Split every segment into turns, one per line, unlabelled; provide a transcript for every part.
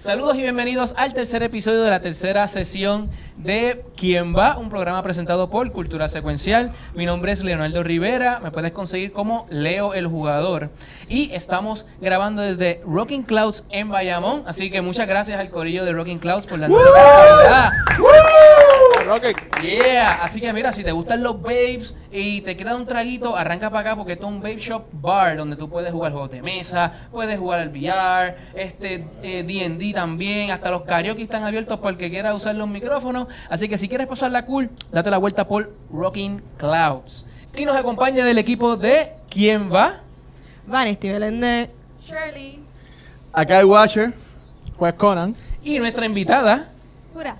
Saludos y bienvenidos al tercer episodio de la tercera sesión de Quién va, un programa presentado por Cultura Secuencial. Mi nombre es Leonardo Rivera, me puedes conseguir como Leo el Jugador. Y estamos grabando desde Rocking Clouds en Bayamón, así que muchas gracias al corillo de Rocking Clouds por la nueva temporada. Yeah, así que mira, si te gustan los babes y te queda un traguito, arranca para acá porque esto es un babe shop bar donde tú puedes jugar juegos de mesa, puedes jugar al VR, este eh, D&D también, hasta los karaoke están abiertos para el que quiera usar los micrófonos, así que si quieres pasarla cool, date la vuelta por Rocking Clouds. Y nos acompaña del equipo de ¿Quién va?
Vanity Beléndez.
Shirley.
Acá el Watcher, juez Conan.
y nuestra invitada.
Jura.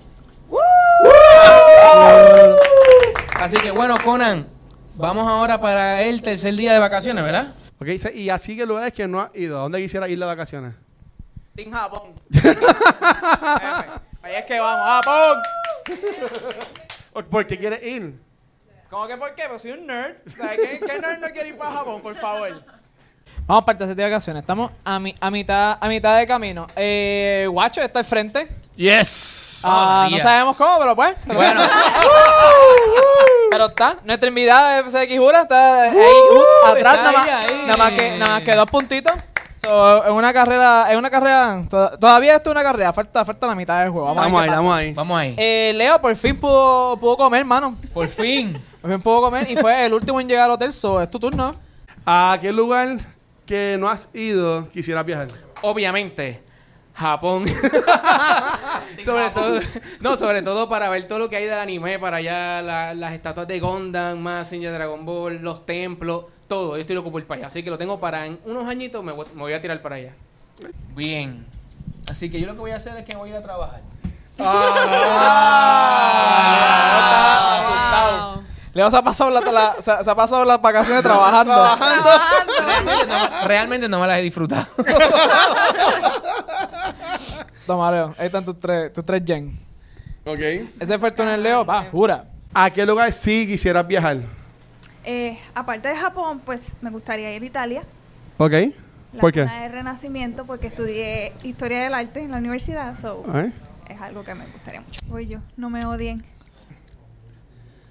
Así que bueno, Conan, vamos ahora para el tercer día de vacaciones, ¿verdad?
Ok, se- y así que lugares que no has ido. ¿A dónde quisieras ir de vacaciones?
Team Japón. Jefe, Ahí es que vamos, Japón.
O- ¿Por qué quieres ir?
¿Cómo que por qué? Pues soy un nerd. O sea, ¿qué, qué nerd no quiere ir para Japón, por favor?
Vamos para el tercer día de vacaciones. Estamos a, mi- a, mitad, a mitad de camino. Eh, Guacho está al frente.
Yes.
Ah, no
María.
sabemos cómo, pero pues. pero- pero está. Nuestra invitada de FCX Jura está ahí, uh, atrás,
está
nada más,
ahí, ahí.
nada, más que, nada más que dos puntitos. So, es una carrera, es una carrera, to- todavía esto es una carrera, falta, falta la mitad del juego. Vamos, a
Vamos ahí,
ver qué
vamos ahí.
Vamos ahí.
pasa. Eh, Leo por fin pudo, pudo comer, hermano.
Por fin.
Por fin pudo comer y fue el último en llegar al hotel, so es tu turno.
¿A qué lugar que no has ido quisieras viajar?
obviamente Japón. sobre todo, no, sobre todo para ver todo lo que hay del anime, para allá la- las estatuas de Gundam, Massinger, Dragon Ball, los templos, todo. Yo estoy loco por ir para allá, así que lo tengo para en unos añitos me voy, me voy a tirar para allá.
Bien. Así que yo lo que voy a hacer es que voy a ir a trabajar.
Ah,
Ah, asustado. Leo se ha pasado la, la- se, se ha pasado las vacaciones trabajando.
Realmente no, realmente no me las he disfrutado.
Toma, Leo. Ahí están tus tres, tus tres yen.
Ok.
Ese fue el túnel, Leo. Va, jura.
¿A qué lugar sí quisieras viajar?
Eh, aparte de Japón, pues me gustaría ir a Italia.
Ok.
La
¿Por qué?
cuna del Renacimiento, porque estudié Historia del Arte en la universidad, so
A ver.
es algo que me gustaría mucho. Voy yo, no me odien.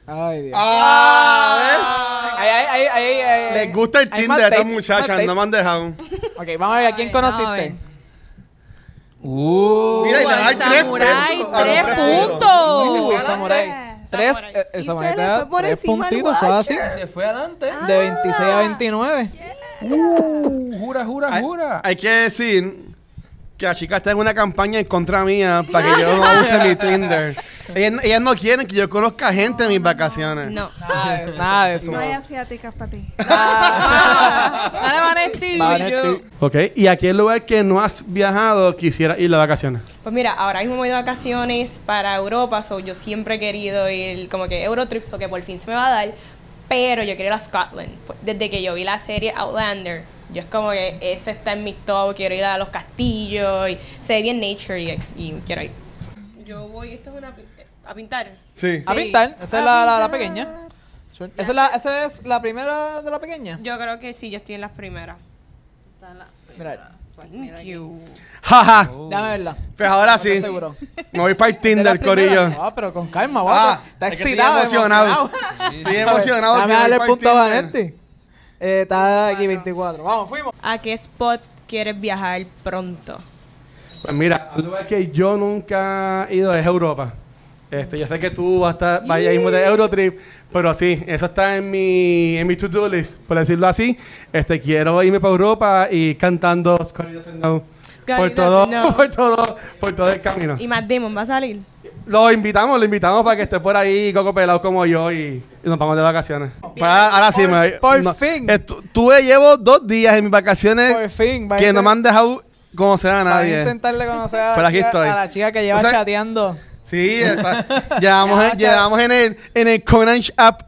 Ay, Dios.
Ah.
Ahí, ahí, ahí, ahí, ahí,
Les gusta el
ahí,
Tinder de estas
más dates,
muchachas,
más
no me han dejado.
dates. Ok, vamos a ver a quién
Ay, no, a
conociste.
ver.
Uh,
Mira, y le dan tres
Samurai,
pesos a los
tres
Uy,
puntos.
samurai. Tres, eh, el
Y
samurai
se
te
le
da
fue por
tres
encima al
puntitos, o así.
se fue adelante.
De 26 a 29.
Uh, jura, jura,
Hay,
jura.
hay que decir que la chica está en una campaña en contra mía para que yo no use mi Tinder. Ellas, ellas no quieren que yo conozca gente en mis vacaciones.
No.
Nada de, nada de eso.
No hay asiáticas para ti.
Ah. Dale, Vanesti.
Vanesti.
Ok, ¿y a qué lugar que no has viajado quisieras ir de vacaciones?
Pues mira, ahora mismo voy de vacaciones para Europa, so yo siempre he querido ir como que Eurotrip, so que por fin se me va a dar, pero yo quiero ir a Scotland. Pues, Desde que yo vi la serie Outlander, yo es como que ese está en mis top, quiero ir a los castillos, y se ve bien nature y, y quiero ir. Yo voy, esto es una a pintar.
Sí.
A
Sí.
pintar. Esa es la, la, la pequeña. Esa es la, esa es la primera de la pequeña.
Yo creo que sí, yo estoy en las primeras. Pues
Mira,
Thank you.
Jaja.
déjame verla.
Pues ahora
Estoy
sí.
seguro.
Me voy para el
¿De la
Tinder,
primera?
Corillo.
Ah, pero con calma, guau.
Ah,
está
es que
excitado,
estoy emocionado. Estoy emocionado.
Dame
que voy
darle
para
punto a
Tinder.
Vanetti. Eh, está aquí 24. Vamos, fuimos.
¿A qué spot quieres viajar pronto?
Pues mira, un lugar que yo nunca he ido es Europa. Este, yo sé que tú vas a estar, vas a ir de Eurotrip, pero sí, eso está en mi, en mi to-do list, por decirlo así. Este, quiero irme para Europa y cantando Scotty Doesn't Know por
Scotty
todo,
Doesn't Know.
por todo, por todo el camino.
¿Y Matt Damon va a salir?
Lo invitamos, lo invitamos para que esté por ahí coco pelado como yo y, y nos vamos de vacaciones. Pa- ahora sí, me
por fin.
Estu- tuve, llevo dos días en mis vacaciones
Por fin. va a
Eh, que
intent-
no me han dejado conocer a
va a
nadie.
intentarle conocer a,
Pero
la
aquí
chica-
estoy.
a la chica que lleva
O sea-
chateando.
Sí, está- llevamos,
Ya,
en,
chao.
llevamos en el en el Conan app.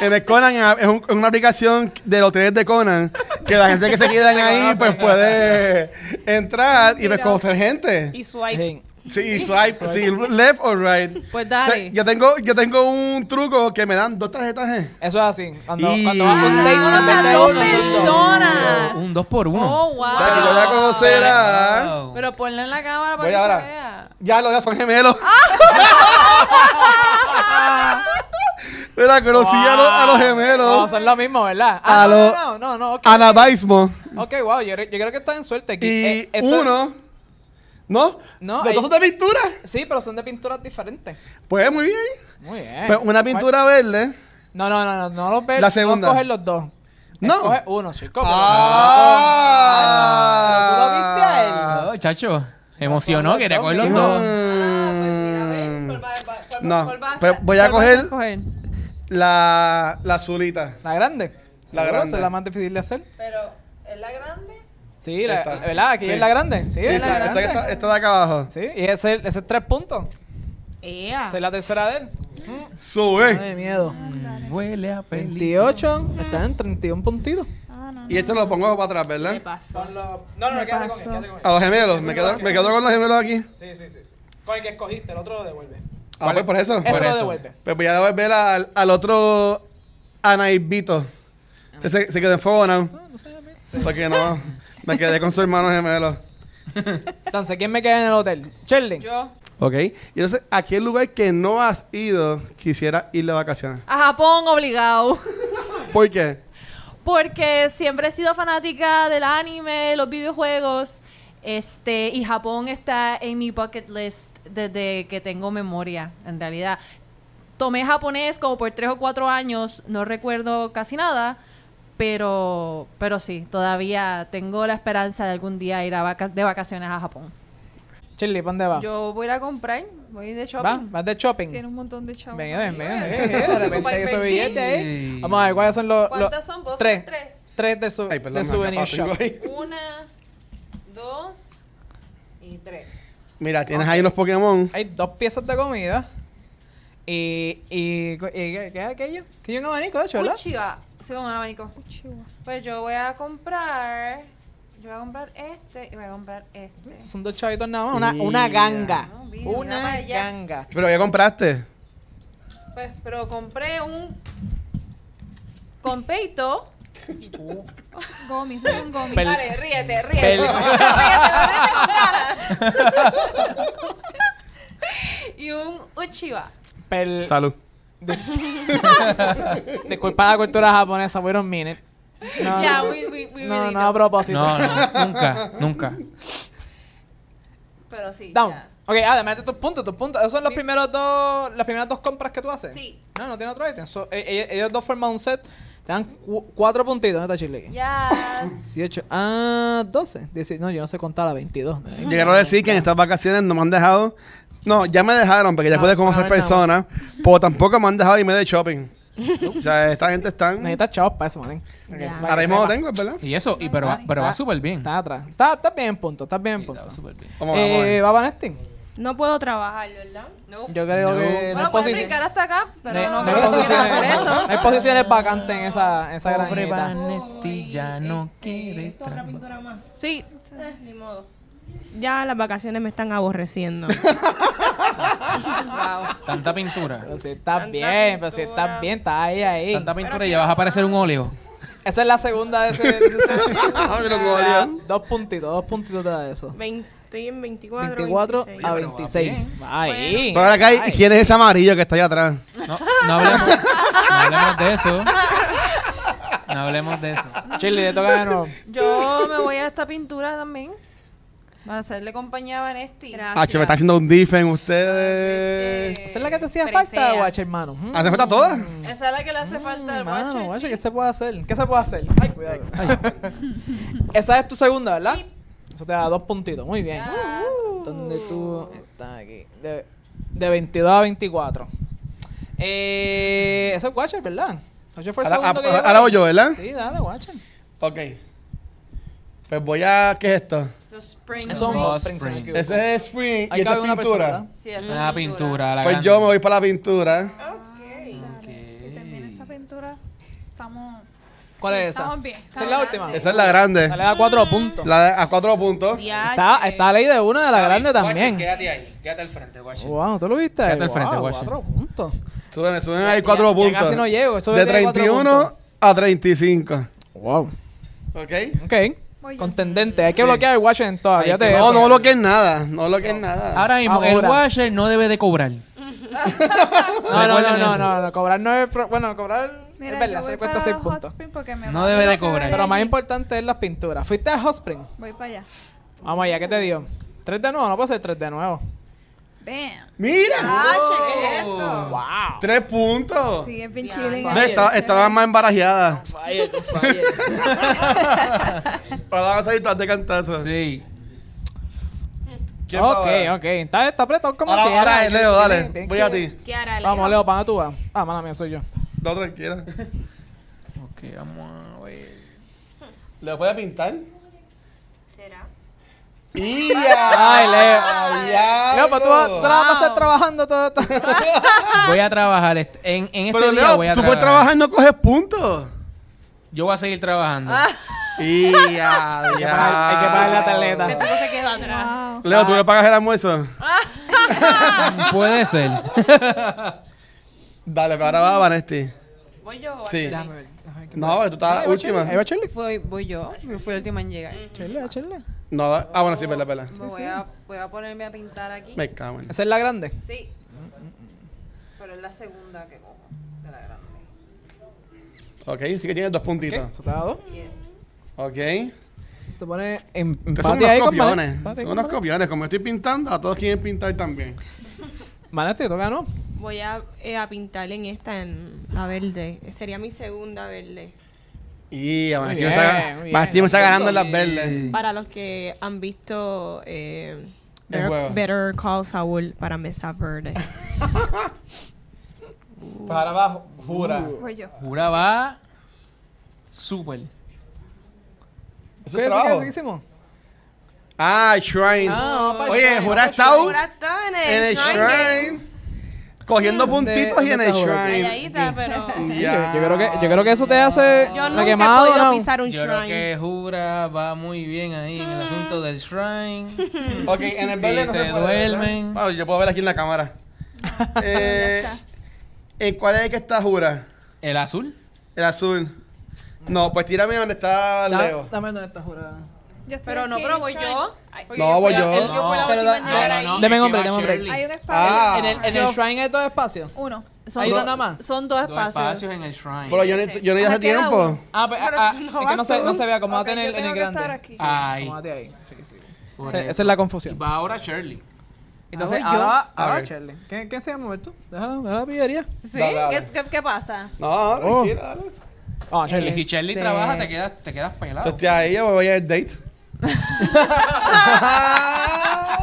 En el Conan app es, un- es una aplicación de los hoteles de Conan que la gente que se quedan ahí pues puede entrar y pues conocer gente.
Y Swipe.
Sí.
Sí, swipe, sí, left or right.
Pues dale.
Eh, O sea, yo, tengo, yo tengo un truco que me dan dos tarjetas. ¿eh?
Eso es así. Cuando,
Y-
cuando vas por un date,
Ah,
no se
las
da
dos
uno, son dos.
personas.
Un 2 por 1
Oh,
O sea, que yo
wow.
voy a conocer a...
¿eh?
Wow.
Pero ponla en la cámara
Voy
para que
ahora.
se vea.
Ya, los ya son gemelos. Mira, conocí a, los, a los
No,
gemelos.
son lo mismo, ¿verdad?
A
Ah, no,
lo-
no, no, no, no, ok.
Ana Baismo.
Ok, wow, yo, yo creo que estás en suerte aquí.
Y
Eh, esto-
uno... ¿No?
No,
¿Los
hay-
dos son de pintura?
Sí, pero son de pinturas diferentes.
Pues muy bien.
Muy bien.
Pues una pintura verde.
No, no, no, no, no los ves.
La segunda.
No coges los dos.
No.
Coges uno, chico. pero-
Ah.
Oh, chacho, emocionó,
los
quería
dos
coger los
mismos.
dos.
Mm. pues, No, pues voy a
¿Cuál vas
coger la, la azulita.
La grande. Seguro,
grande.
esa Es la más difícil de hacer.
Pero, ¿es la grande?
Sí, la,
Esta.
¿verdad? Aquí
Sí.
es la grande. Sí,
Sí,
es
sí,
la
esta,
grande.
esta- esta de acá abajo.
Sí, y ese, ese es tres puntos.
Ea.
Esa es la tercera de él.
Sube.
Ay, miedo.
Huele a peli.
28, está en 31 puntitos.
Y este lo pongo para atrás, ¿verdad?
Son los... No, no, no, quédate con él, quédate con él.
A los gemelos. Me quedo, me quedo con los gemelos aquí.
Sí, sí, sí, sí. Con el que escogiste, el otro lo devuelve.
Ah, pues por eso.
Eso
Por
lo
eso.
devuelve.
Pues voy a devolver al, al otro Anaibito.
Ah.
Se, se, se quedó enfogonado. Porque no. Me quedé con su hermano gemelo.
Entonces, ¿quién me queda en el hotel? Sherlyn.
Yo.
Ok. Y entonces, ¿a qué lugar que no has ido quisiera ir de vacaciones?
A Japón obligado.
¿Por qué?
Porque siempre he sido fanática del anime, los videojuegos. Este, y Japón está en mi bucket list desde que tengo memoria, en realidad. Tomé japonés como por tres o cuatro años, no recuerdo casi nada, pero, pero sí, todavía tengo la esperanza de algún día ir a vaca- de vacaciones a Japón.
Shirley, ¿pa' ¿dónde va?
Yo voy a ir a comprar, voy de
Ah. ¿Va?
shopping.
¿Vas de shopping?
Tiene un montón de chavos.
Venga, ven, venga.
Ay,
eh, eh, De repente
Ocupa
hay esos
invertir.
billetes ahí.
Sí.
Vamos a ver cuáles son los...
¿Cuántos
los
son? ¿Vos
Tres.
son tres?
Tres de, su,
Ay, perdón.
de
me
souvenir
acabo- tengo
shop.
ahí.
Una, dos y tres.
Mira, tienes ahí unos Pokémon.
Hay dos piezas de comida. Y... y, y ¿Qué qué es aquello? Que hay un abanico, de hecho, ¿verdad?
Uchiwa. Sí, con un abanico. Pues yo voy a comprar. Yo voy a comprar este y voy a comprar este.
Son dos chavitos nada más. Una, una ganga.
No, mira, una
Una
para allá.
ganga.
¿Pero qué compraste?
Pues, pero compré un. Con peito.
Gomi, eso es un gomi.
Pel-
Dale, ríete, ríete.
pel-
y un Uchiwa.
pel-
Salud.
Disculpa la cultura japonesa, we don't mean it. No,
ya,
no,
we, we, we
no,
really
no
don't.
a propósito.
No, no, nunca, nunca.
Pero sí.
Down.
ya.
Ok, ah, además de tus puntos, tus puntos. Esos son los primeros dos, las primeras dos compras que tú haces.
Sí.
No, no tiene otro ítem. So, e- e- ellos, dos forman un set. Te dan cu- cuatro puntitos. ¿Dónde está Chile?
Yes.
18. Ah, 12. 18. No, yo no sé contar a 22.
Yo quiero decir que en estas vacaciones no me han dejado. No, ya me dejaron porque ya
Ah,
pude conocer
ahora no.
personas. Pero tampoco me han dejado irme de shopping. O sea, esta gente está.
Necesitas chavos para eso, manín.
Ya.
Para
Ahora
que
mismo lo
sepa.
tengo, ¿verdad?
Y eso, y pero va, pero va súper bien.
Estás atrás. Estás estás bien en punto. Estás bien en
Sí,
punto.
va súper bien.
Vamos, vamos.
Eh,
vamos.
va Vanestin.
No puedo trabajar, ¿verdad?
No.
Yo creo
No.
que no
bueno,
es
puedes
posición.
brincar hasta acá, pero
No,
no,
no hay
creo que quieras hacer
posiciones-
eso.
no hay posiciones vacantes en esa, en esa
Pobre
granjita.
Vanesti ya no quiere
Eh, Otra
trampa.
pintura más.
Sí.
Eh, ni modo. Ya las vacaciones me están aborreciendo.
Wow.
Tanta pintura.
Pero si estás
Tanta
bien, pero si estás
pintura.
bien, estás ahí, ahí.
Tanta pintura y ya vas a parecer un óleo.
Esa es la segunda de ese, de ese set.
Ah, de los goleos.
dos puntitos, dos puntitos te da eso.
20, estoy en 24.
24
26.
a
Oye, pero va
26.
bien.
Ahí.
Pero ahora acá, hay- ¿quién es ese amarillo que está allá atrás?
No, no hablemos, no hablemos de eso. No hablemos de eso.
Chile, te toca de nuevo.
Yo me voy a esta pintura también. Para hacerle compañía a Vanesti. Este,
Ah, che, me está haciendo un difen ustedes.
¿Esa es la que te hacía
Presea.
falta, guache, hermano? Mm,
¿Hace falta todas?
Esa es la que le hace falta al
Mano,
guacho.
guache,
sí.
¿qué se puede hacer? ¿Qué se puede hacer? Ay, cuidado. Esa es tu segunda, ¿verdad?
Sí.
Eso te da dos puntitos. Muy bien.
Ah, Yes.
¿Dónde tú estás aquí? De, de 22 a 24. Eh, ese es Watcher, ¿verdad? Watcher fue el
Ahora- ah,
segundo que
ahora-
llegó.
ahora voy yo, ¿verdad?
Sí, dale, Watcher.
Ok. Pues voy a. ¿Qué es esto?
Los spring
Eso es un
Hot
hot spring. si no me
spring.
equivoco.
Ese es Spring y
Ahí
esta
cabe
es
una
pintura.
persona. ¿verdad?
Sí, esa es
Una pintura, la
pues
grande.
yo me voy
Ah.
para la pintura.
Ok.
Si termina esa pintura, estamos.
¿Cuál es esa?
Estamos bien.
Esa es la última.
Esa es la grande.
Sale a cuatro puntos.
La de- a cuatro puntos.
Está, está ley de una de la grande también.
Quédate ahí, quédate al frente, guache.
Wow, ¿tú lo viste?
Quédate al frente,
Wow,
Washington.
cuatro puntos.
Súbeme, súbeme ahí cuatro
ya- ya
puntos.
casi no llego, eso
De
tiene cuatro
31
puntos.
a 35.
Wow.
¿Ok?
Ok.
Voy yo.
Contendente. Hay que bloquear el Washington todavía. te
No, no bloqueen nada. No bloqueen nada.
Ahora mismo, el
Ahora.
washer no debe de cobrar.
No, no, no,
Recuerden
no,
eso.
no, no, Cobrar no es. pro- Bueno, cobrar. es
Mira, yo
verdad,
voy
se cuesta
para
6
Hot
puntos.
Spring porque me
No
va a
debe de
tocar
cobrar.
ahí.
Pero más importante es las pinturas. ¿Fuiste a Hot Spring?
Voy para allá.
Vamos allá, ¿qué te dio? ¿Tres de nuevo? No puede ser tres de nuevo.
Bam.
¡Mira!
¿qué es Ah, esto?
¡Wow!
¡Tres puntos!
Sí, es bien chilling.
No, estaba, estaba más embarajada.
Fire, tú fire.
Ahora vas a ir de cantazo.
Sí.
¿Quién va
ok,
ahora?
ok. Está, está apretado como
Ahora,
quieras.
ahora, Leo, dale.
Tienes- tienes
Voy
que-
a ti.
¿Qué hará, Leo?
Vamos, Leo, para tú vas. Ah, mala mía, soy yo.
No, tranquila.
Ok, vamos a ver.
¿Le puede pintar?
¿Será?
¡Ya!
¡Ay, Leo!
¡Ya!
Leo, pues tú, vas- tú te la vas a pasar trabajando todo esto.
Voy a trabajar. est- En, en este
Ah. Pero
día
Leo,
voy a
tú puedes trabajar y no coges puntos.
Yo voy a seguir trabajando.
Ah. ¡Ya! ya. Hay que
pagar- hay que pagar la tarjeta.
Este tipo se quedó atrás.
Wow.
Leo, ¿tú le pagas el almuerzo?
Puede ser.
Dale, pero ahora va Vanesti.
Voy yo.
Sí.
Déjame ver, déjame ver qué-
No, tú estás última.
Ahí va Shirley.
Voy, voy yo, yo fui la última en llegar.
Shirley, ahí va Shirley.
No, va- ah, bueno, sí, pela, pela.
Me voy, a, voy a ponerme a pintar aquí.
Me cago en.
Esa es la grande.
Sí.
Mm,
Pero es la segunda que cojo de la grande.
Ok, sí que tienes dos puntitos.
Eso te da dos.
Ok.
Se pone en
Ustedes Son
empate
unos
ahí con
copiones.
Manet.
Son unos copiones. Como estoy pintando, a todos quieren pintar también.
Manet, te toca, ¿no?
Voy a, eh, a pintar en esta, en la verde. Sería mi segunda verde.
Y a Vanesti
Muy
me
bien,
está,
muy
Vanesti
bien.
me está ganando en las verdes.
Para los que han visto eh,
juego.
Better, Better Call Saul para Mesa Verde.
Para abajo, jura.
Uh.
Voy yo.
Jura va. Súper.
Eso
¿Qué es
es
eso
trabajo.
que hicimos?
Ah, Shrine.
Ah, para el
Oye,
Shrine,
Jura ha
para el
estado
está
en el Shrine. Cogiendo
¿Dónde-
puntitos y en
dónde
el
está Jura?
Shrine.
Calladita, pero.
Sí, yo,
Ya.
yo creo que, yo creo que eso te hace
Yo
la
nunca
quemada,
he podido
¿no?
pisar un
Yo creo
shrine.
que Jura va muy bien ahí en el asunto del shrine.
Ok, en el
Sí,
verde no
se
se puede, ¿verdad?
duermen.
Ah, yo puedo ver aquí en la cámara. Eh,
Ya está.
¿En cuál es el que está Jura?
El azul.
El azul. No, pues tírame donde está
Da-
Leo.
Dame dónde está jurada.
Yo estoy
Pero no,
aquí en
pero
el
voy
shrine.
yo. Porque
No, voy
fui la-
Pues yo.
el- Yo fui la
No, pero
última en
da-
llegar
no,
ahí.
no, Deme
es que
nombre,
va
deme nombre.
Shirley.
Hay un
Ah.
En
espacio.
el, en el shrine hay dos espacios.
Uno.
hay
dos-
una nada más.
Son dos
Dos
espacios.
espacios en el shrine.
Pero yo no, yo no ya hace
Ajá, queda
tiempo.
uno.
Ah, pero, ah,
tú no
es que
vas
no se,
tú.
no se vea cómo va a
Ok, yo
tener en
tengo
el
que
grande. Ah,
estar aquí.
Sí,
Ahí.
acomódate ahí. Sí, sí. Esa-
Correcto.
esa es la
Y
confusión.
va ahora Shirley.
Entonces,
voy yo.
ahora, ahora,
Ok.
Shirley. ¿Qué, ¿Qué se va a mover tú? Déjala, déjala la pillería.
¿Sí?
Dale, dale.
¿Qué, qué, qué pasa?
No, tranquila, dale.
Ah,
Y Eh, si
Shirley.
Shirley
Este-
trabaja, te quedas, te quedas
So,
pelado.
estoy ahí, yo me voy al date. Ah.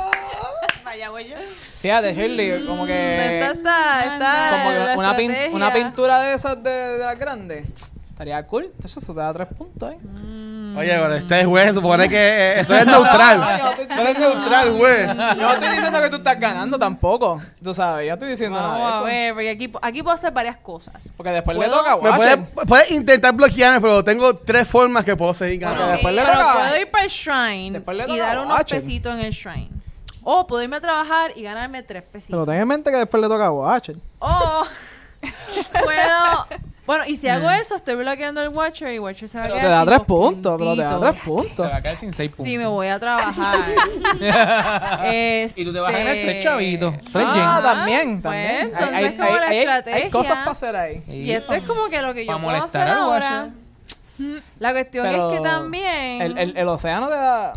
Vaya, voy yo.
Fíjate, Shirley, como
Mm, Esta
que.
está, está
Como que
la
una, pin-
estrategia.
una pintura de esas de, de las grandes. Estaría cool. Eso, eso te da tres puntos, ¿eh?
Oye, bueno, este juez se supone que eh, esto es neutral.
Yo no
Esto es neutral, güey.
Yo no estoy diciendo que tú estás ganando tampoco. Tú sabes, yo no estoy diciendo
Vamos
nada
a
de eso.
ver, porque aquí, aquí puedo hacer varias cosas.
Porque después le
¿Puedo?
toca a
Me
Watcher.
puedes, puedes intentar bloquearme, pero tengo tres formas que puedo seguir
Porque
ganando.
después le
Pero
toca.
puedo ir para el shrine
Después le
y
toca
dar
a
unos
Watcher.
pesitos en el shrine. O puedo irme a trabajar y ganarme tres
Pero
pesitos.
ten en mente que después le toca a Watcher.
O puedo... Bueno, y si hago eso, estoy bloqueando el Watcher y Watcher se va
Mm. Pero
a
te
quedar
da
sin
tres
dos
puntos, pero te da
puntitos.
tres puntos.
a caer sin seis
Sí, me voy a trabajar. Este,
Y tú te vas a ganar tres chavitos. Tres
Ah,
yen.
también,
pues,
también.
entonces,
hay,
como la
hay- hay
estrategia.
cosas para hacer ahí.
Y esto es como que lo que yo
Pa'
puedo
molestar
hacer
al
ahora. La cuestión
Pero
es que también...
El, el- el océano te da,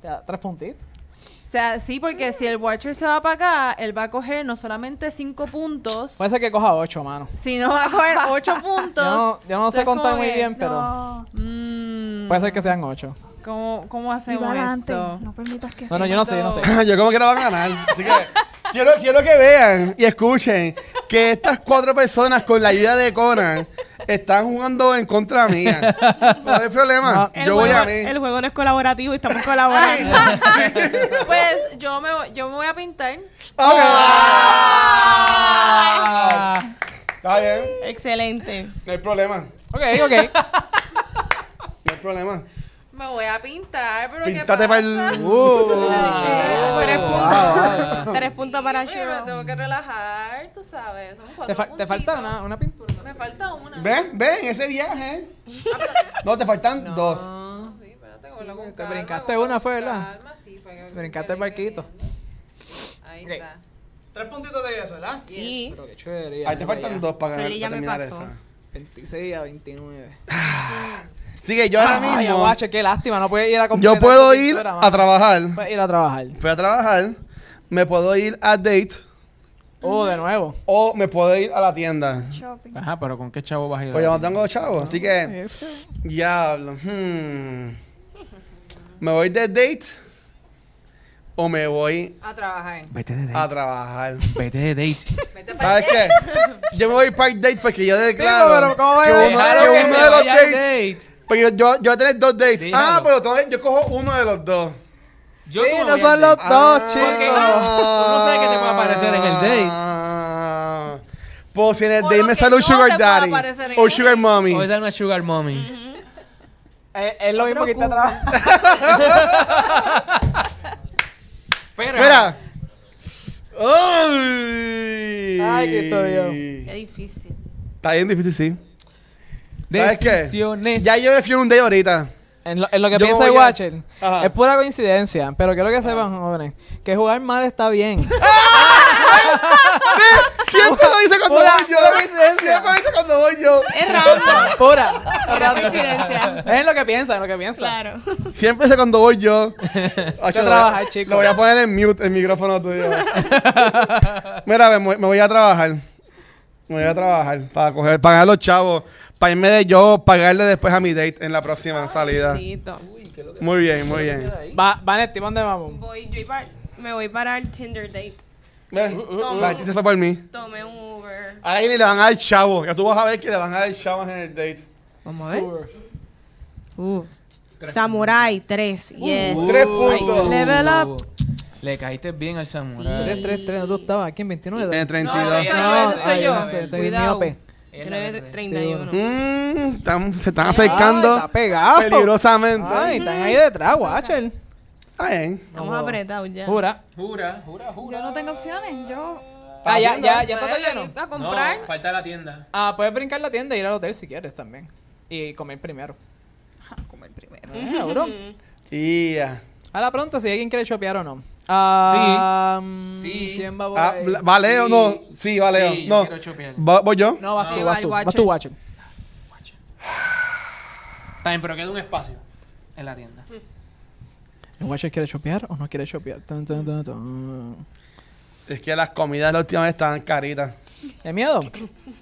te da tres puntitos.
O sea, sí, porque si el Watcher se va para acá, él va a coger no solamente 5 puntos,
Puede ser que coja ocho, mano.
sino va a coger 8 puntos.
Pues- Yo no, yo no sé
Entonces,
contar
como
muy
que,
bien, Pues- pero
No.
mm,
puede ser que sean ocho.
¿cómo, cómo
Y
hacemos
va adelante.
esto?
No permitas que
No,
se
no, yo no sé, yo no sé.
Yo como que la van a ganar. Así que quiero, quiero que vean y escuchen que estas cuatro personas con la ayuda de Conan están jugando en contra mía. No hay problema.
El
yo voy
juego-
a mí.
El juego no es colaborativo y estamos colaborando.
Pues yo me, voy- yo me voy a pintar.
¡Ah! Está bien.
Excelente.
No hay problema.
Ok, ok.
hay problema.
Me voy a pintar, pero
Píntate Uh.
¿qué
para
pasa?
el.
Ah,
Tres
Oh.
puntos. Tres puntos
Sí,
para
pero Me
Shiro.
tengo que relajar, tú sabes. Son cuatro
Te, fa- te falta
puntitos.
una, una pintura.
Me falta una.
Ven, ven, ese viaje. No, te faltan dos.
Ah,
Sí, espérate,
Sí,
con la- con
te
calma,
brincaste
con
una, fue, ¿verdad?
calma, sí, fue que-
Brincaste el barquito.
Ahí
Ok.
está.
Tres puntitos de eso, ¿verdad?
Sí.
Pero qué chévere.
Ahí te faltan dos para,
Soli
ganar-
ya
para
me
terminar
pasó.
esa.
26 a 29.
Sigue, yo ahora
Ay,
mismo.
aguacho, qué lástima. No puedes ir a completar
Yo puedo
tu
ir
pintura, mano. Pues
a trabajar.
Puedes ir a trabajar.
Voy a trabajar. Me puedo ir a date.
Oh,
Mm.
de nuevo.
O me puedo ir a la tienda.
Shopping.
Ajá, pero ¿con qué chavo vas a ir?
Pues yo no tengo chavo. Así que.
Es que-
Diablo. hmm. ¿Me voy de date? ¿O me voy
A trabajar.
Vete de
a
date.
trabajar?
Vete de date.
Vete para
¿Sabes qué? Yo me voy para el date porque
Digo,
yo
pero
declaro
¿cómo voy
que
a
uno,
dejar
que
que
uno
se
de los
vaya al
dates.
date.
Porque yo, yo voy a tener dos dates.
Déjalo.
Ah, pero tengo- yo cojo uno de los dos.
Yo
Sí,
como
no
voy
son
al
los
date.
Ah,
dos,
porque
chicos.
tú no sabes qué te puede aparecer en el date.
Ah. Pues si en el
O
date
lo
me
que
sale un
no
sugar
te puede
daddy
aparecer en
o
el
sugar mommy.
O es dar una sugar mommy.
Es, Eh, es lo mismo que irte a trabajar.
Pero,
Mira. Ay,
Ay, Cristo
Qué
Dios.
difícil.
Está bien difícil, sí. ¿Sabes qué?
decisiones.
Ya yo me fui a un date ahorita.
En lo, en lo que
Yo
piensa
voy
el
a-
Watcher,
Ajá.
es pura coincidencia. Pero quiero que sepan, jóvenes, que jugar mal está bien.
Siempre lo dice cuando
Pura-
voy yo.
pura coincidencia.
Siempre lo dice cuando voy yo.
Es random.
Pura.
Era coincidencia.
Es en lo que piensa, en lo que piensa.
Claro.
Siempre dice cuando voy yo. Acho, lo voy a-
trabajar, chico.
Lo voy a poner en mute el micrófono tuyo. Mira, me, me voy a trabajar. Me voy a trabajar para coger, pagar los chavos. Para irme de yo, pagarle después a mi date en la próxima salida.
Listo.
Muy bien, muy bien.
Va, Vanetti, ¿dónde vamos?
Voy, yo iba- me voy para el Tinder date.
¿Ves? Vale, se fue por mí.
Tomé un Uber.
Ahora ahí ni le van a dar chavo. Ya tú vas a ver que le van a dar chavos en el date.
Vamos a ver. Uh, Samurai 3. Yes.
Tres puntos.
Level up.
Le caíste bien al samurai.
3, 3, 3. ¿Tú estabas aquí en 29?
En
No,
32.
ese soy yo, ese
ay,
soy
no sé,
yo.
estoy
Cuidado.
miope.
Creo 31.
Mm, están- se están
Ay,
acercando
está pegado.
peligrosamente.
Ay, están ahí detrás, Watcher.
Está bien.
Estamos apretados ya.
Jura.
Jura, jura, jura.
Yo no tengo opciones. Yo.
Ah, ya, ya, ya está todo
Voy a
lleno.
ir A comprar.
falta la tienda.
Ah, puedes brincar la tienda y ir al hotel si quieres también. Y comer primero.
Comer primero.
Ah, bro.
Y ya.
Ahora pronto si alguien quiere chopear o no. Ah, mm,
Sí.
¿Quién va por
Ah,
ahí?
bla- ¿Valeo? No. Sí, Valeo.
Sí, yo
no.
quiero chopear.
Va- ¿Voy yo?
No, vas
No.
tú,
Sí,
vas
va
tú.
el
Vas tú, Watcher.
También, pero queda un espacio en la tienda.
¿El Watcher quiere chopear o no quiere chopear? Tun, tun, tun, tun.
Es que las comidas la última vez estaban caritas.
¿Hay miedo?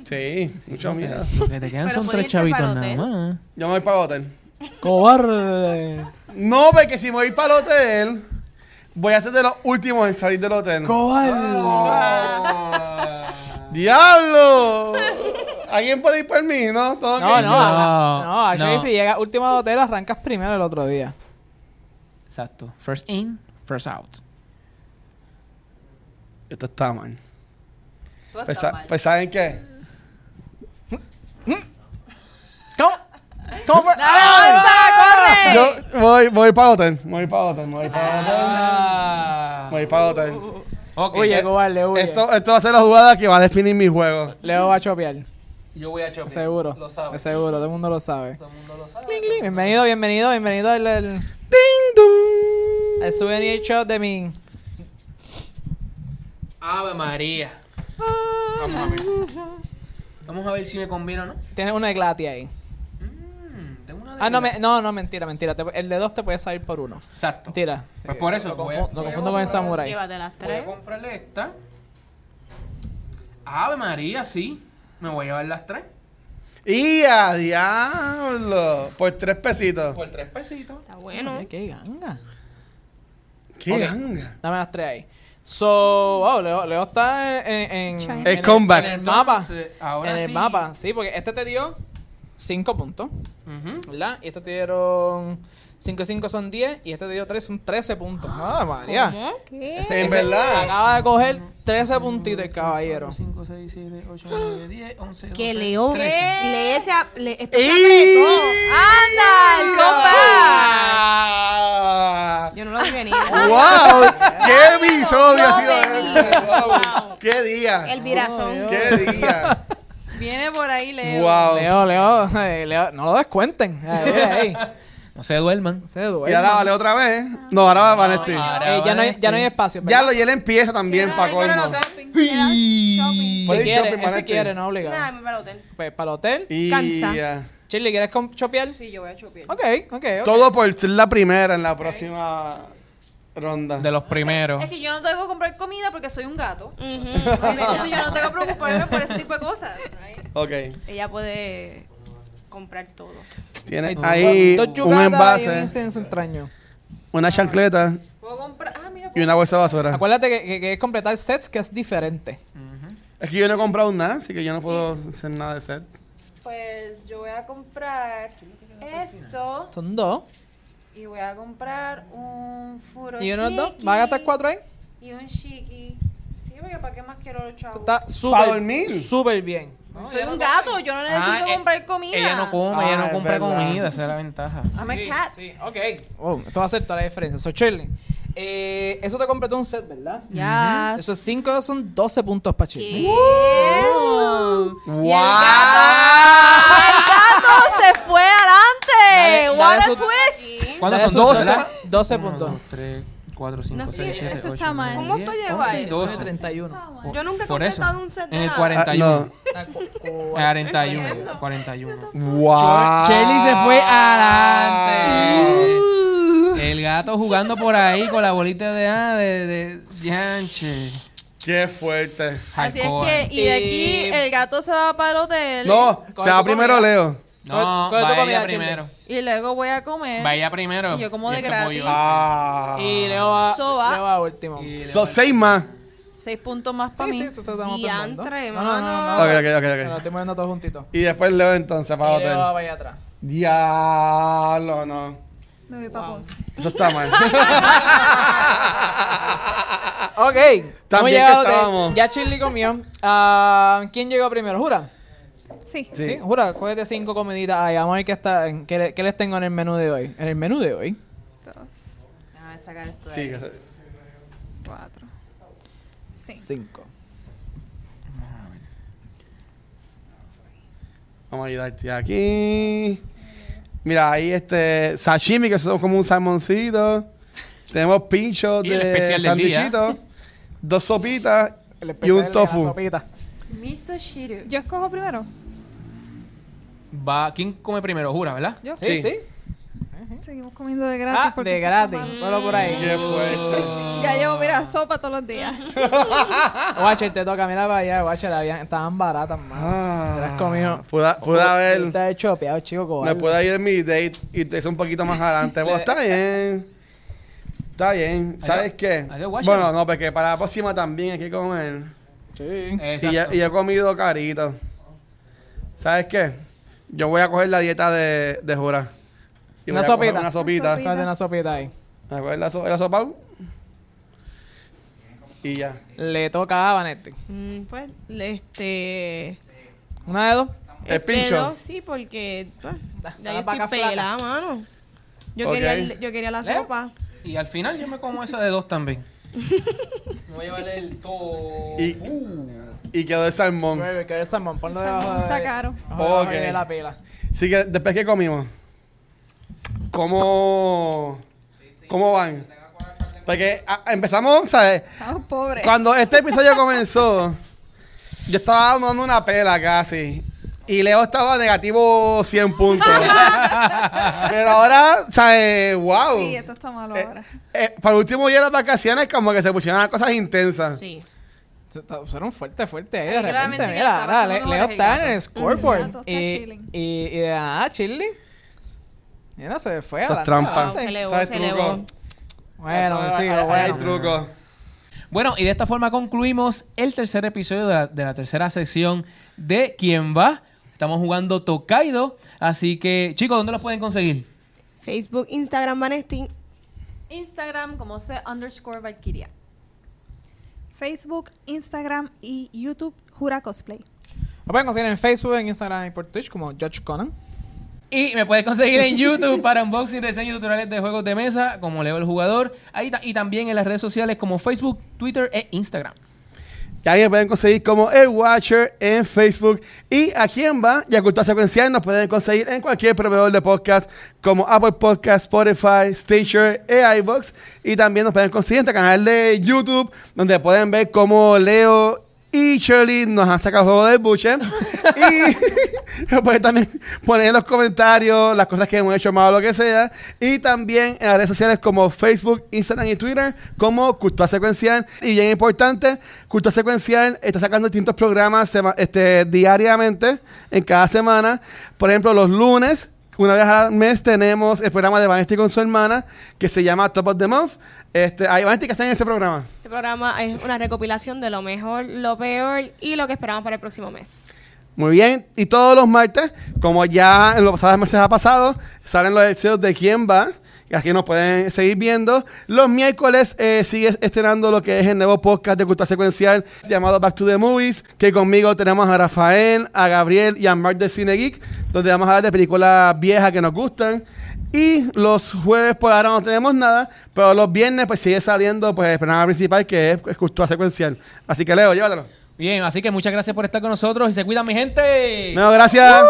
Sí, mucho miedo.
Lo que te quedan
Pero
son
puedes
tres
irte
chavitos
para el
nada
hotel.
más.
Yo me voy para el hotel.
¡Cobarde!
No, porque si me voy para el hotel, voy a ser de los últimos en salir del hotel.
¡Cobarde!
¡Diablo! ¿Alguien puede ir por mí? No, todo
No, no,
bien.
no. No, actually,
no.
si llegas último de hotel, arrancas primero el otro día.
Exacto. First in, first out.
Esto está mal.
Tú estás
Pues, sa-
mal.
pues, ¿saben qué?
¿Cómo? ¿Cómo fue?
¡Dale, avanza, corre!
Yo voy, voy para el hotel. Me Voy para el hotel. me Voy para el hotel. me Voy para el hotel.
Ah. Ok,
Huye, cobarde, huye.
Esto, esto va a ser la jugada que va a definir mi juego.
Leo va a chopear.
yo voy a chopear.
Seguro.
Lo sabe.
Seguro, todo el mundo lo sabe.
Todo el mundo lo sabe.
Cling, cling. Bienvenido, bienvenido, bienvenido al, al,
¡Ding dong!
al souvenir shop de mi.
Ave María.
Ah.
Vamos a ver. Vamos a ver si me combina o no.
Tienes una de Glati ahí.
Mm, Tengo una de
Ah, no, me- no, no, mentira, mentira. Te- el de dos te puede salir por uno.
Exacto.
Mentira. Sí,
Pues por eso.
Lo,
voy a-
confu- lo
voy a
confundo con el samurai.
Llévate las
Voy a
tres.
comprarle esta. Ave María, sí. Me voy a llevar las tres.
¡Y a diablo! Por tres pesitos.
Por tres pesitos.
Está bueno.
Oye, qué ganga.
¡Qué
Ok.
ganga!
Dame las tres ahí. So, wow, Leo, Leo está en, en- en-
El
en
comeback.
En el mapa.
Entonces, ahora
en el
sí.
mapa, sí, porque este te dio 5 puntos,
Ujú.
¿verdad? Y estos te dieron 5 y 5 son 10 y este te dio 3, son 13 puntos. Nada,
Ah,
María.
¿Qué?
Ese-
En
ese
verdad.
Acaba de coger 13 puntitos el caballero.
5, 6, 7, 8, 9, 10, 11,
Que Leo
¿Qué?
lee ese... ap- le- esto se
¡Ey!
apretó.
¡Anda, el compa!
¡Ah!
Yo no lo vi venir.
¡Wow! ¡Qué episodio ha sido
vení.
este! Wow. ¡Qué día!
El virazón.
¡Qué día!
Viene por ahí, Leo.
¡Wow!
Leo, Leo, eh, Leo, no lo descuenten. Eh, mira ahí.
No se duerman.
Se duele.
Y ahora vale otra vez. ¿eh? No, ahora va Vanesti.
Ahora
ya, no hay,
vale.
ya no hay espacio.
Ya
¿verdad?
lo y él empieza también para colmo.
Si
Puede ir
quiere,
shopping,
él si
Vanesti.
quiere, no
Nada,
obligado.
me voy para el hotel.
Pues para el hotel.
Y
Cansa.
ya.
Chile, ¿quieres com- chopear?
Sí, yo voy a chopear.
Ok, ok, ok.
Todo por ser la primera en la próxima ronda.
De los primeros.
Es que yo no tengo que comprar comida porque soy un gato.
Ujú.
Entonces yo no tengo que preocuparme por ese tipo de cosas.
Ok.
Ella puede comprar todo.
Tiene
Dos-
ahí
dos
un
yugadas y "Ah". un
envase,
incenso entraño.
una chancleta
Puedo comprar. Ah, mira,
y
puedo-
una bolsa de basura.
Acuérdate que, que- que es completar sets que es diferente.
Es que yo no he comprado nada, así que yo no puedo hacer nada de set.
Pues yo voy a comprar esto
Son dos.
y voy a comprar un furo
Y uno, dos. ¿Vas a gastar cuatro ahí?
Y un shiki. Sí, porque ¿para qué más quiero los
Eso
chavos?
está
¿Para
súper
dormir?
súper bien.
soy un gato. Yo no necesito
Ah, eh,
comprar comida.
Ella no come, ella
Ah,
no
es
compra
verdad.
comida, esa es la ventaja.
I'm a cat.
Sí, ok. Oh, esto va a hacer toda la diferencia. So, Shirley, eh, eso te completó un set, ¿verdad?
Ya.
Esos 5 son 12 puntos para Shirley.
Y el gato se fue
Dale,
adelante.
dale
What a
su-
twist.
¿Cuántos
Dale
son?
sus
12,
12,
¿verdad?
12
1,
puntos.
2, 3, 4, 5,
No
6,
tiene-
7,
esto
8,
está mal.
¿Cómo tú
y
llevas esto?
12.
31.
Yo nunca he
Por eso,
completado un set de
En el
nada.
Ah,
41.
Está cu- cu-
Ah, 41. 41.
¡Wow!
Shelly se fue
Ah.
adelante. El gato jugando por ahí con la bolita de ah, de, de Yanche.
¡Qué fuerte!
Así es
Hardcore.
que, y de
Eh,
aquí el gato se va para el hotel.
No,
Coge
se va
tu
primero
comida.
Leo.
No,
¿Cuál- cuál es tu
va
comida,
ella primero.
Y luego voy a comer.
Va ella primero.
Y yo como
Y
de
este pollo.
gratis.
Ah.
Y Leo va,
Soba.
Leo va último.
Y le
Son seis más.
Seis puntos más para
Sí,
mí.
sí, eso se está
Diantre,
No, no, no. no.
Ok, ok,
Nos
ok, ok.
estoy moviendo todos juntitos.
Y después Leo entonces para
Y Leo va
hotel.
para allá atrás.
Diablo, no.
Me voy para Ponce.
Eso está mal.
Ah, Ok. hemos
que
llegado de-
estábamos.
Ya Shirley comió. Ah, ¿Quién llegó primero? ¿Jura?
Sí.
Sí.
Jura, cógete cinco comiditas. Ay, vamos a ver qué, está, en- qué, le- qué les tengo en el menú de hoy. En el menú de hoy.
Déjame sacar esto de
Sí,
ahí.
que se-
Cuatro. Sí.
Cinco.
Vamos a ayudarte aquí. Mira, ahí este sashimi, que son como un salmoncito. Tenemos pinchos
Y el
de
especial del día.
sandichito. Dos sopitas
El
y
especial
un
de la
tofu.
sopita.
Miso shiru.
Yo escojo primero.
Va, ¿quién come primero? Jura, ¿verdad?
Yo.
Sí, sí.
Sí.
Seguimos comiendo de gratis.
Ah,
porque
de
esto
gratis.
está mal.
Solo por ahí.
Qué fuerte.
Ya llevo, mira, sopa todos los días.
Watcher, te toca. Mira para allá, Watcher. habían- Estaban baratas, más.
Ah,
Te las comido.
Pude, pude haber.
Está chopeado, chico.
Me
cobarde.
puede ir en mi date y te hice un poquito más adelante. Pues está bien. Está bien. ¿Sabes qué?
Adiós, guacha.
Bueno, no, porque para la próxima también hay que comer.
Sí.
Y, ya- y yo he comido carito. ¿Sabes qué? Yo voy a coger la dieta de, de Jura. Y
Una
voy a coger
sopita.
Una sopita.
Cógete una sopita ahí.
¿Me acuerdas la, so- la sopa? Y ya.
Le toca a Vanetti.
Mm, pues, este...
Una de dos.
El pincho.
Pero sí, porque... Pues, ya yo
las vacas
estoy pelada, mano. Yo,
Ok.
quería, el- yo quería la
Leo.
sopa.
Y al final yo me como esa de dos también. Voy a llevarle el todo.
Y, y quedó el salmón.
Baby, que el salmón, ponlo
El salmón
debajo de-
está caro.
debajo de
Ok.
la pila.
Así que después que comimos, ¿cómo, cómo van? Porque ah, empezamos, ¿sabes?
Estamos pobres.
Cuando este episodio comenzó, yo estaba dando una pela casi. Y Leo estaba negativo 100 puntos. Pero ahora, ¿sabes? ¡Wow!
Sí, esto está malo
Eh,
ahora.
eh, para el último día de las vacaciones, como que se pusieron las cosas intensas.
Sí.
Se está- Fueron fuertes, fuertes ahí. eh,
Ahí
De repente,
claramente que
mira,
estaba
ahora Le-
haciendo
Leo
goles el
está en
gato.
el scoreboard.
El gato está
y,
chilling.
y, y de ah, chilling. Mira, se fue.
Esas
adelante,
trampas.
Wow,
adelante.
se elevó,
¿Sabes
se elevó.
truco?
Bueno,
Eso,
sí,
hay- hay- Hay
bueno.
trucos.
Bueno, y de esta forma concluimos el tercer episodio de la, de la tercera sección de ¿Quién va? Estamos jugando Tokaido. Así que, chicos, ¿dónde los pueden conseguir?
Facebook, Instagram, Vanesti.
Instagram como C underscore Valkyria.
Facebook, Instagram y YouTube Jura Cosplay.
Me pueden conseguir en Facebook, en Instagram y por Twitch como George Conan.
Y me puedes conseguir en YouTube para unboxing, reseñas y tutoriales de juegos de mesa, como Leo el Jugador. Ahí ta- y también en las redes sociales como Facebook, Twitter e Instagram.
Y ahí me pueden conseguir como El Watcher en Facebook. Y a quien va y a Cultura Secuencial nos pueden conseguir en cualquier proveedor de podcast como Apple Podcast, Spotify, Stitcher e iVoox. Y también nos pueden conseguir en este canal de YouTube donde pueden ver cómo Leo y Shirley nos han sacado juego del buche. y pueden Pues también poner en los comentarios las cosas que hemos hecho mal o lo que sea. Y también en las redes sociales como Facebook, Instagram y Twitter como Cultura Secuencial. Y bien importante, Cultura Secuencial está sacando distintos programas sema- este, diariamente en cada semana. Por ejemplo, los lunes una vez al mes tenemos el programa de Vanesti con su hermana que se llama Top of the Month. Este, hay Vanesti que está en ese programa.
Este programa es una recopilación de lo mejor, lo peor y lo que esperamos para el próximo mes.
Muy bien, y todos los martes, como ya en los pasados meses ha pasado, salen los episodios de quién va, y aquí nos pueden seguir viendo. Los miércoles eh, sigue estrenando lo que es el nuevo podcast de cultura secuencial llamado Back to the Movies, que conmigo tenemos a Rafael, a Gabriel y a Mark de Cine Geek, donde vamos a hablar de películas viejas que nos gustan. Y los jueves por ahora no tenemos nada, pero los viernes pues sigue saliendo pues el programa principal que es, es cultura secuencial. Así que Leo, llévatelo.
Bien, así que muchas gracias por estar con nosotros y se cuidan mi gente.
Bueno, gracias.